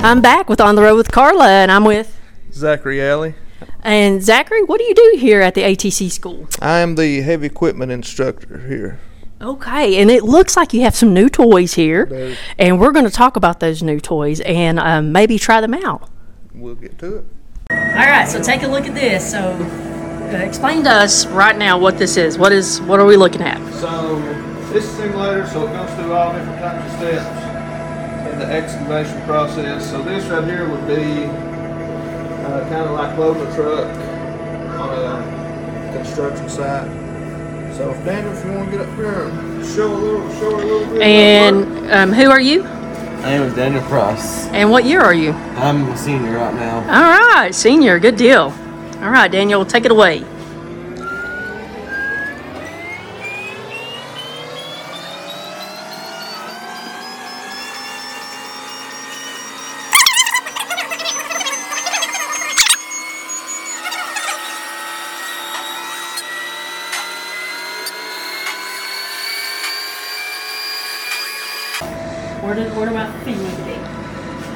I'm back with On the Road with Carla, and I'm with. Zachary Alley. And Zachary, what do you do here at the ATC school? I am the heavy equipment instructor here. Okay, and it looks like you have some new toys here, and we're going to talk about those new toys and um, maybe try them out. We'll get to it. All right, so take a look at this. So, uh, explain to us right now what this is. What is what are we looking at? So this simulator, so it goes through all different types of steps in the excavation process. So this right here would be uh, kind of like loading a truck on a construction site. So if Daniel, if you want to get up here and show a little, show her a little bit. of work. And um, who are you? My name is Daniel Price. And what year are you? I'm a senior right now. All right, senior, good deal. All right, Daniel, take it away. Where do, where do my feet need to be?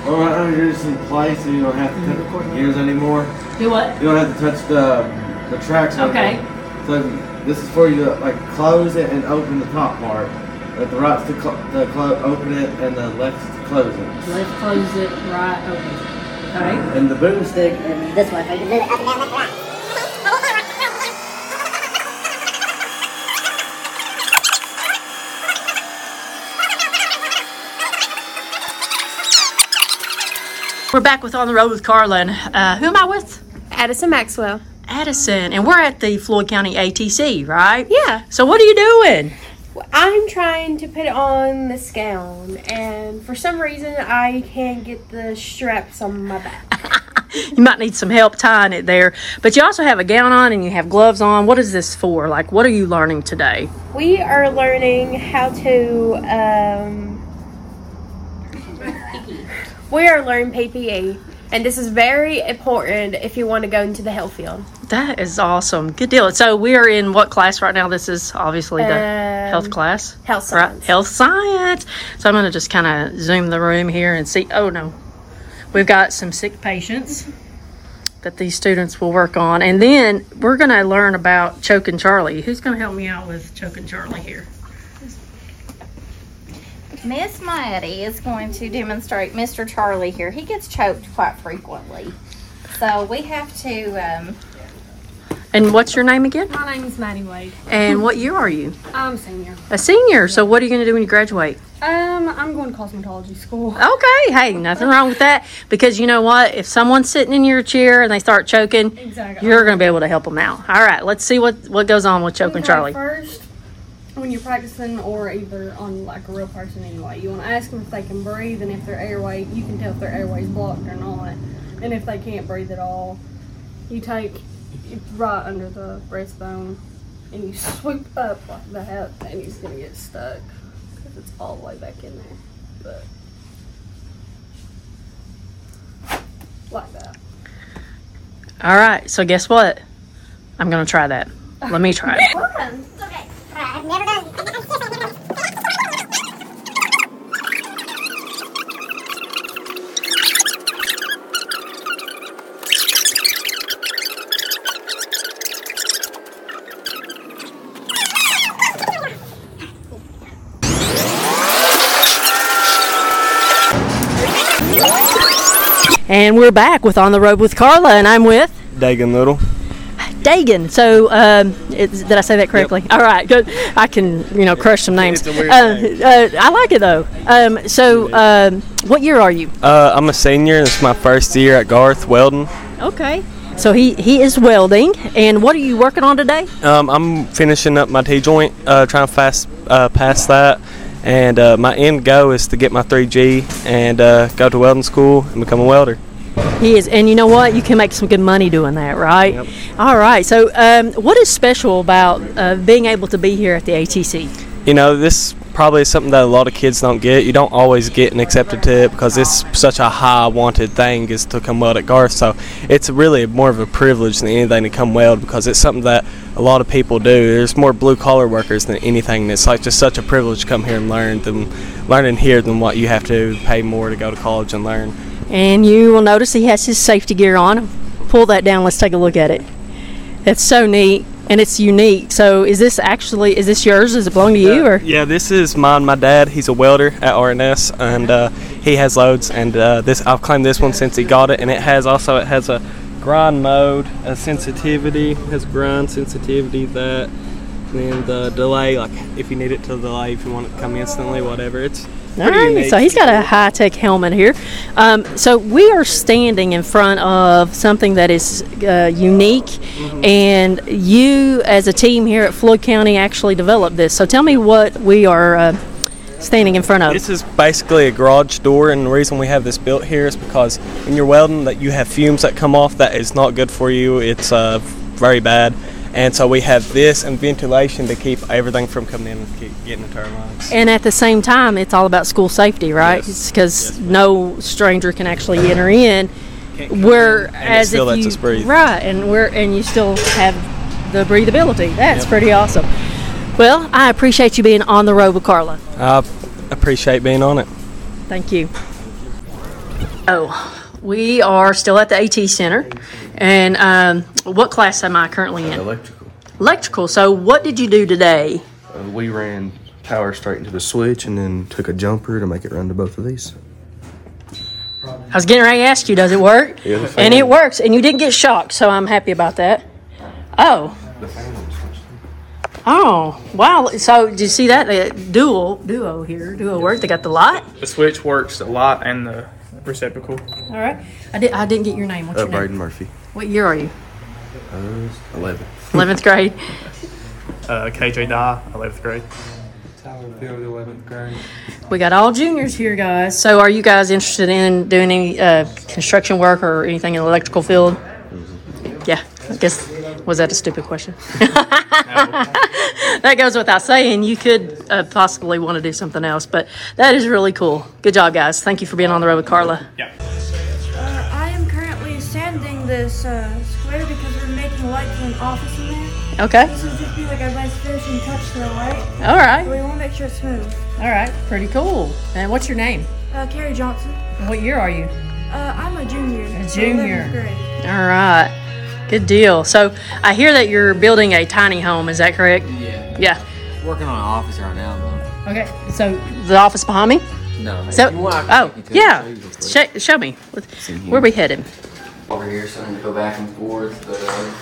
Well, right now you're just in place, so you don't have to Mm-hmm. touch the gears anymore. Do what? You don't have to touch the the tracks. or Okay. anything. So this is for you to like close it and open the top part. Like the right's to, cl- to clo- open it and the left's to close it. Left, close it, right, open. Okay. And the boomstick this one. If I do it up and down like that. We're back with On the Road with Carlin. Uh, who am I with? Addison Maxwell. Addison. And we're at the Floyd County ATC, right? Yeah. So what are you doing? I'm trying to put on this gown, and for some reason, I can't get the straps on my back. You might need some help tying it there. But you also have a gown on and you have gloves on. What is this for? Like, what are you learning today? We are learning how to. Um, we are learning PPE, and this is very important if you want to go into the health field. That is awesome. Good deal. So we are in what class right now? This is obviously the health Um, class. Health Right, science. health science. So I'm going to just kind of zoom the room here and see. Oh no, we've got some sick patients that these students will work on, and then we're going to learn about choke and Charlie. Who's going to help me out with choke and Charlie here? Miss Maddie is going to demonstrate Mr. Charlie here. He gets choked quite frequently. So we have to, um, And what's your name again? My name is Maddie Wade. And what year are you? I'm a senior. A senior. So what are you going to do when you graduate? Um, I'm going to cosmetology school. Oh. Okay. Hey, nothing wrong with that because you know what? If someone's sitting in your chair and they start choking, Exactly. you're going to be able to help them out. All right. Let's see what what goes on with choking Okay, Charlie. First, when you're practicing or either on like a real person anyway, you want to ask them if they can breathe and if their airway, you can tell if their airway's blocked or not. And if they can't breathe at all, you take it right under the breastbone and you sweep up like that and he's going to get stuck because it's all the way back in there. But like that. All right. So guess what? I'm going to try that. Let me try it. I've never done. And we're back with On the Road with Carla, and I'm with Dagan Little. Dagan. So, um, it's, did I say that correctly? All right, good. I can, you know, crush some names. It's a weird Uh, name. uh, I like it though. Um, so, um, what year are you? Uh, I'm a senior. This is my first year at Garth Weldon. Okay. So he he is welding, and what are you working on today? Um, I'm finishing up my T joint, uh, trying to fast uh, pass that, and uh, my end goal is to get my 3G and uh, go to welding school and become a welder. He is, and you know what? You can make some good money doing that, right? Yep. All right. So, um, what is special about uh, being able to be here at the ATC? You know, this probably is something that a lot of kids don't get. You don't always get an accepted to it because it's such a high wanted thing is to come weld at Garth. So it's really more of a privilege than anything to come weld because it's something that a lot of people do. There's more blue collar workers than anything. And it's like just such a privilege to come here and learn than learning here than what you have to pay more to go to college and learn. And you will notice he has his safety gear on. Pull that down. Let's take a look at it. That's so neat and it's unique. So is this actually is this yours? Does it belong uh, to you or? Yeah, this is mine. My dad, he's a welder at RNS, and uh, he has loads. And uh, this, I've claimed this one since he got it, and it has also it has a grind mode, a sensitivity, has grind sensitivity that, and then the delay, like if you need it to delay, if you want it to come instantly, whatever. It's All right, so he's got a high tech helmet here. Um, so we are standing in front of something that is uh, unique, and you, as a team here at Floyd County, actually developed this. So tell me what we are uh, standing in front of. This is basically a garage door, and the reason we have this built here is because when you're welding, that you have fumes that come off that is not good for you. It's uh, very bad, and so we have this and ventilation to keep everything from coming in and keep getting into our lungs. and at the same time, it's all about school safety, right? Yes. Because Yes, ma'am. no stranger can actually enter in. Can't come Where in, and it as still if lets you, us breathe. right, and we're and you still have the breathability. That's pretty awesome. Well, I appreciate you being on the road with Carla. I appreciate being on it. Thank you. Oh, we are still at the AT Center. And um, what class am I currently in? Electrical. Electrical. So, what did you do today? Uh, we ran power straight into the switch and then took a jumper to make it run to both of these. I was getting ready to ask you, does it work? Yeah, the and fan- it works. And you didn't get shocked, so I'm happy about that. Oh. Oh, wow. So, did you see that? The duo, duo here, duo work. They got the lot. The switch works a lot and the receptacle. All right. I, did, I didn't get your name. What's Uh, your name? Braden Murphy. What year are you? Uh, 11. 11th grade. Uh, KJ Dye, 11th grade. We got all juniors here, guys. So, are you guys interested in doing any uh, construction work or anything in the electrical field? Yeah, I guess was that a stupid question? that goes without saying. You could uh, possibly want to do something else, but that is really cool. Good job, guys. Thank you for being on the road with Carla. Yeah. Uh, I am currently sanding this uh, square because we're making like an office in there. Okay. This would just be like a nice finishing touch to the light. All right. We want to make sure it's smooth. All right. Pretty cool. And what's your name? Uh, Carrie Johnson. What year are you? Uh, I'm a junior. A junior. Grade. All right. Good deal. So, I hear that you're building a tiny home. Is that correct? Yeah. Yeah. Working on an office right now, Okay. So, the office behind me? though. No. So, if you want, I oh, can take you to the yeah. stage real quick. Sh- show me. here. Where we headed. Over here, so I can go back and forth. But, uh,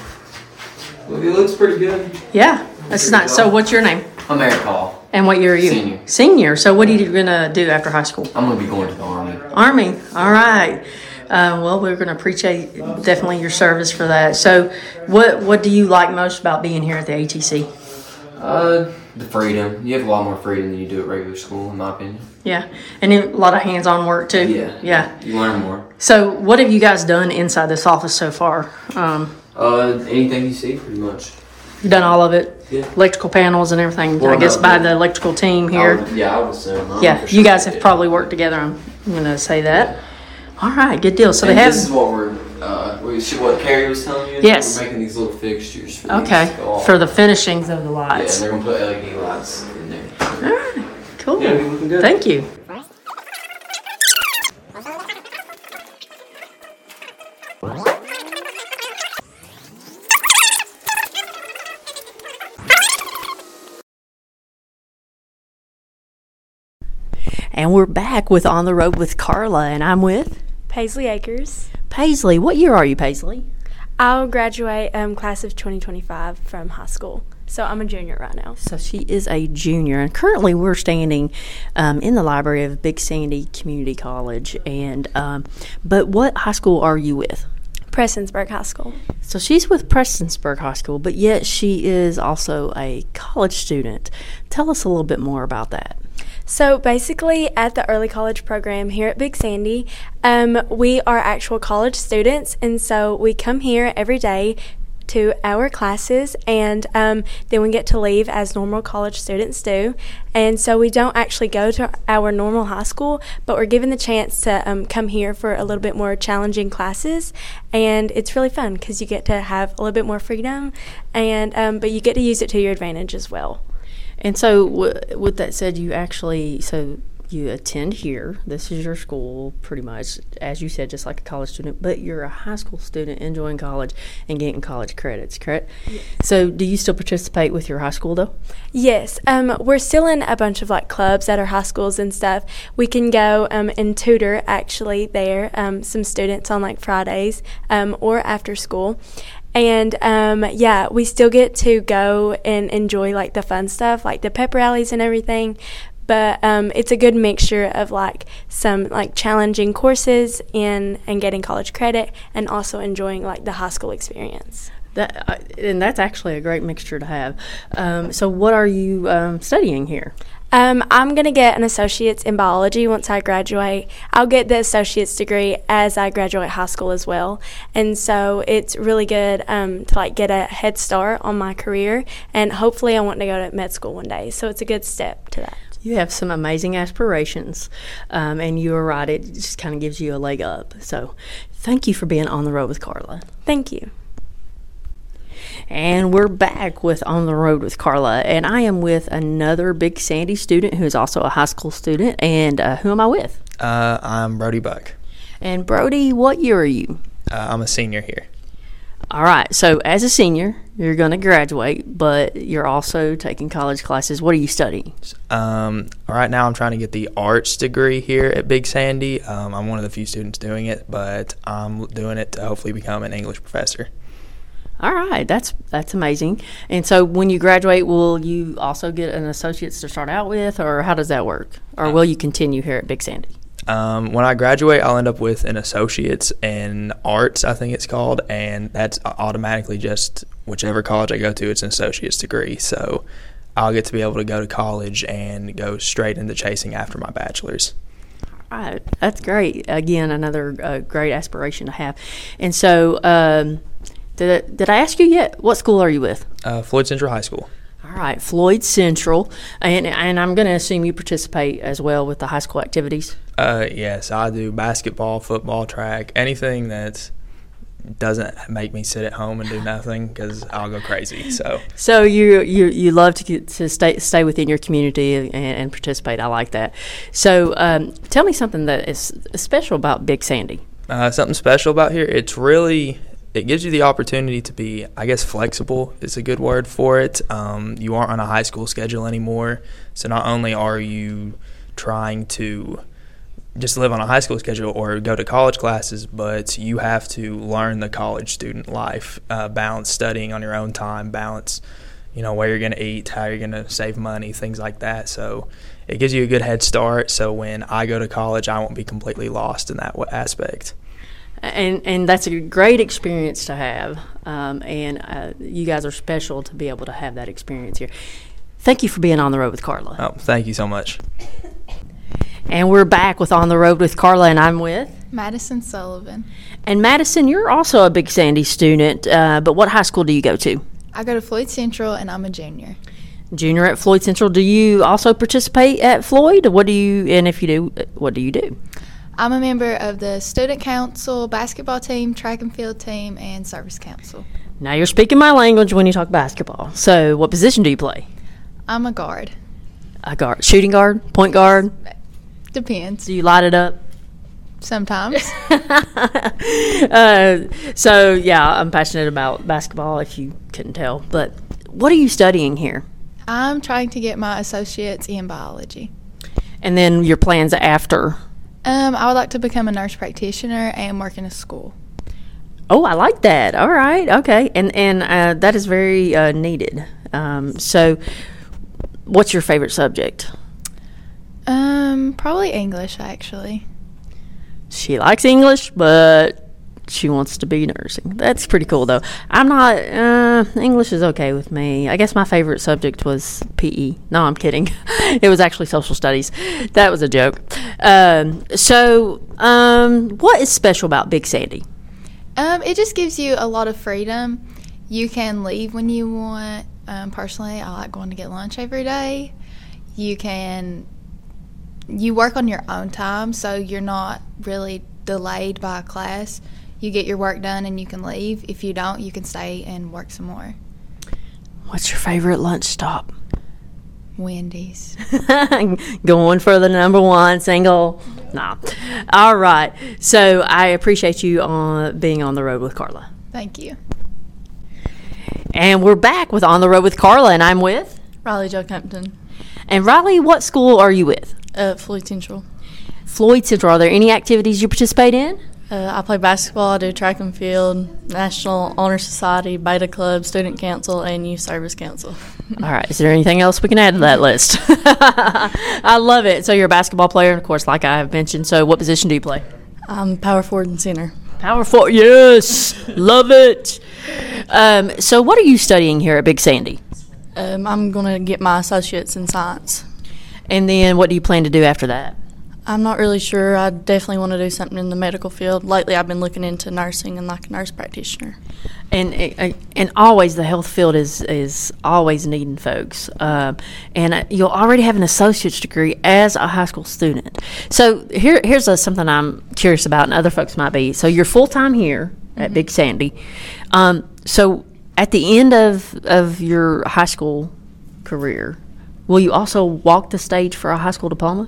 well, it looks pretty good. Yeah. This is not. So, what's your name? AmeriCall. And what year are you? Senior. Senior. So, what are you going to do after high school? I'm going to be going to the Army. Army. All right. Uh, well, we're going to appreciate definitely your service for that. So, what what do you like most about being here at the ATC? Uh, the freedom. You have a lot more freedom than you do at regular school, in my opinion. Yeah, and then a lot of hands-on work too. Yeah. Yeah. You learn more. So, what have you guys done inside this office so far? Um, Uh, anything you see, pretty much. you've done all of it. Yeah. Electrical panels and everything. I Well, guess no, by no. the electrical team I here. would- yeah, I would assume. I'm Yeah, for you sure guys they have do. probably worked together. I'm, I'm going to say that. All right, good deal. So And they this is have what we're, uh, we- she- what Carrie was telling you. Yes. We're making these little fixtures for these okay to go off. for the finishings of the Yeah, and lights. they're going to put LED lights in there. All right, cool. Yeah, it'll be looking good. Thank you. And we're back with On the Road with Carla, and I'm with Paisley Acres. Paisley. What year are you, Paisley? I'll graduate um, class of 2025 from high school. So I'm a junior right now. So she is a junior, and currently we're standing um, in the library of Big Sandy Community College. And um, but what high school are you with? Prestonsburg High School. So she's with Prestonsburg High School, but yet she is also a college student. Tell us a little bit more about that. So basically, at the early college program here at Big Sandy, um, we are actual college students, and so we come here every day to our classes, and um, then we get to leave as normal college students do. And so we don't actually go to our normal high school, but we're given the chance to um, come here for a little bit more challenging classes, and it's really fun because you get to have a little bit more freedom, and um, but you get to use it to your advantage as well. And so, w- with that said, you actually so you attend here. This is your school, pretty much, as you said, just like a college student, but you're a high school student enjoying college and getting college credits, correct? So, do you still participate with your high school, though? Yes, um, we're still in a bunch of like clubs at our high schools and stuff. We can go um, and tutor actually there um, some students on like Fridays um, or after school. And um, yeah, we still get to go and enjoy like the fun stuff, like the pep rallies and everything. But um, it's a good mixture of like some like challenging courses and and getting college credit, and also enjoying like the high school experience. That, I- and that's actually a great mixture to have. Um, so, what are you um, studying here? Um, I'm gonna get an associate's in biology once I graduate. I'll get the associate's degree as I graduate high school as well, and so it's really good um, to like get a head start on my career. And hopefully, I want to go to med school one day, so it's a good step to that. You have some amazing aspirations, um, and you are right. It just kind of gives you a leg up. So, thank you for being on the road with Carla. Thank you. And we're back with On the Road with Carla. And I am with another Big Sandy student who is also a high school student. And uh, who am I with? Uh, I'm Brody Buck. And Brody, what year are you? Uh, I'm a senior here. All right. So, as a senior, you're going to graduate, but you're also taking college classes. What are you studying? Um, right now, I'm trying to get the arts degree here at Big Sandy. Um, I'm one of the few students doing it, but I'm doing it to hopefully become an English professor. All right, that's that's amazing. And so, when you graduate, will you also get an associate's to start out with, or how does that work? Uh, Or will you continue here at Big Sandy? Um, when I graduate, I'll end up with an associate's in arts, I think it's called, and that's automatically just whichever college I go to, it's an associate's degree. So I'll get to be able to go to college and go straight into chasing after my bachelor's. All right, that's great. Again, another uh, great aspiration to have. And so, um, did I, did I ask you yet? What school are you with? Uh, Floyd Central High School. All right, Floyd Central, and and I'm going to assume you participate as well with the high school activities. Uh, yes, I do basketball, football, track, anything that doesn't make me sit at home and do nothing because I'll go crazy. So So you you, you love to get, to stay stay within your community and, and participate. I like that. So um, tell me something that is special about Big Sandy. uh, something special about here. It's really it gives you the opportunity to be, I guess, flexible is a good word for it. Um, you aren't on a high school schedule anymore, so not only are you trying to just live on a high school schedule or go to college classes, but you have to learn the college student life, uh, balance studying on your own time, balance, you know, where you're going to eat, how you're going to save money, things like that. So it gives you a good head start. So when I go to college, I won't be completely lost in that w- aspect. and and that's a great experience to have. Um, and uh, you guys are special to be able to have that experience here. Thank you for being on the road with Carla. Oh, thank you so much. And we're back with on the road with Carla, and I'm with Madison Sullivan. and Madison. You're also a Big Sandy student, uh, but what high school do you go to? I go to Floyd Central and I'm a junior. Junior at Floyd Central. Do you also participate at Floyd? What do you? And if you do, uh, what do you do? I'm a member of the student council, basketball team, track and field team, and service council. Now you're speaking my language when you talk basketball. So, what position do you play? I'm a guard. A guard, shooting guard, point guard. Depends. Do you light it up? Sometimes. Uh, so yeah, I'm passionate about basketball. If you couldn't tell, but what are you studying here? I'm trying to get my associates in biology. And then your plans after? Um, I would like to become a nurse practitioner and work in a school. Oh, I like that. All right, okay, and and uh, that is very uh, needed. Um, so, what's your favorite subject? Um, probably English actually. She likes English, but she wants to be nursing. That's pretty cool, though. I'm not. Uh, English is okay with me. I guess my favorite subject was PE. No, I'm kidding. it was actually social studies. That was a joke. Um, so, um, what is special about Big Sandy? Um, it just gives you a lot of freedom. You can leave when you want. Um, personally, I like going to get lunch every day. You can you work on your own time, so you're not really delayed by a class. You get your work done and you can leave. If you don't, you can stay and work some more. What's your favorite lunch stop? Wendy's. going for the number one single. Nah. All right. So I appreciate you on being on the road with Carla. Thank you. And we're back with On the Road with Carla, and I'm with. Riley Jo Compton. And Riley, what school are you with? Uh, Floyd Central. Floyd Central. Are there any activities you participate in? Uh, I play basketball, I do track and field, National Honor Society, Beta Club, Student Council, and Youth Service Council. All right. Is there anything else we can add to that list? I love it. So you're a basketball player, and of course, like I have mentioned. So what position do you play? I'm power forward and center. Power forward. Yes, love it. Um, so what are you studying here at Big Sandy? Um, I'm going to get my associates in science. And then what do you plan to do after that? I'm not really sure. I definitely want to do something in the medical field. Lately, I've been looking into nursing and like a nurse practitioner. and eh, and always the health field is is always needing folks um, and uh, you'll already have an associate's degree as a high school student so here here's a, something i'm curious about and other folks might be so you're full-time here at big sandy um, so at the end of of your high school career will you also walk the stage for a high school diploma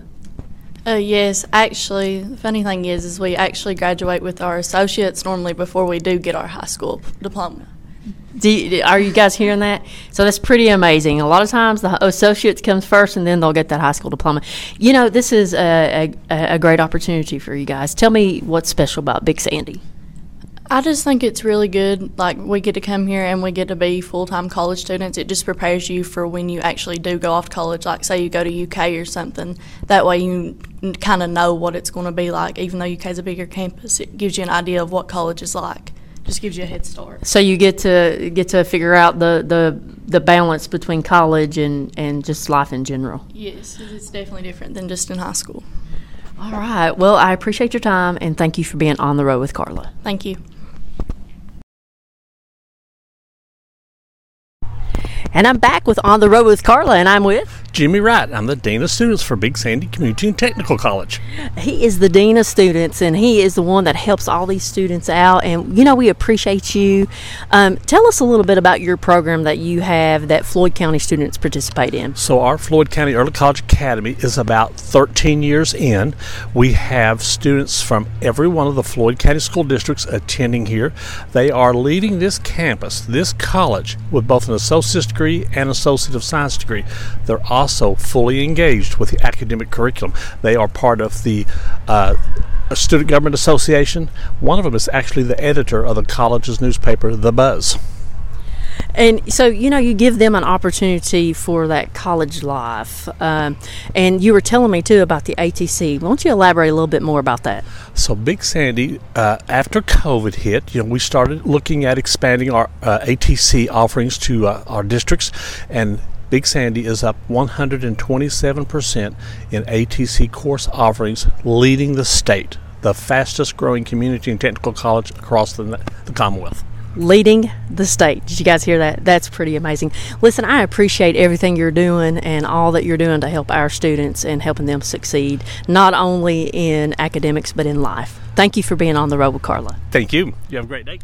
Uh, yes, actually, the funny thing is, is we actually graduate with our associates normally before we do get our high school diploma. Do you, are you guys hearing that? So that's pretty amazing. A lot of times the associates comes first, and then they'll get that high school diploma. You know, this is a, a, a great opportunity for you guys. Tell me what's special about Big Sandy. I just think it's really good. Like we get to come here and we get to be full time college students. It just prepares you for when you actually do go off to college. Like say you go to UK or something. That way you kind of know what it's going to be like. Even though UK is a bigger campus, it gives you an idea of what college is like. Just gives you a head start. So you get to get to figure out the, the the balance between college and and just life in general. Yes, it's definitely different than just in high school. All right. Well, I appreciate your time and thank you for being on the road with Carla. Thank you. And I'm back with on the road with Carla, and I'm with. Jimmy Wright. I'm the Dean of Students for Big Sandy Community and Technical College. He is the dean of students, and he is the one that helps all these students out. And you know, we appreciate you. Um, tell us a little bit about your program that you have that Floyd County students participate in. So, our Floyd County Early College Academy is about 13 years in. We have students from every one of the Floyd County school districts attending here. They are leading this campus, this college, with both an associate's degree and associate of science degree. They're also fully engaged with the academic curriculum. They are part of the uh, Student Government Association. One of them is actually the editor of the college's newspaper, The Buzz. And so, you know, you give them an opportunity for that college life. Um, and you were telling me too about the ATC. Won't you elaborate a little bit more about that? So, Big Sandy, uh, after COVID hit, you know, we started looking at expanding our uh, ATC offerings to uh, our districts, and Big Sandy is up 127% in ATC course offerings, leading the state, the fastest growing community and technical college across the, the Commonwealth. leading the state. Did you guys hear that? That's pretty amazing. Listen, I appreciate everything you're doing and all that you're doing to help our students and helping them succeed, not only in academics, but in life. Thank you for being on the road with Carla. Thank you. You have a great day.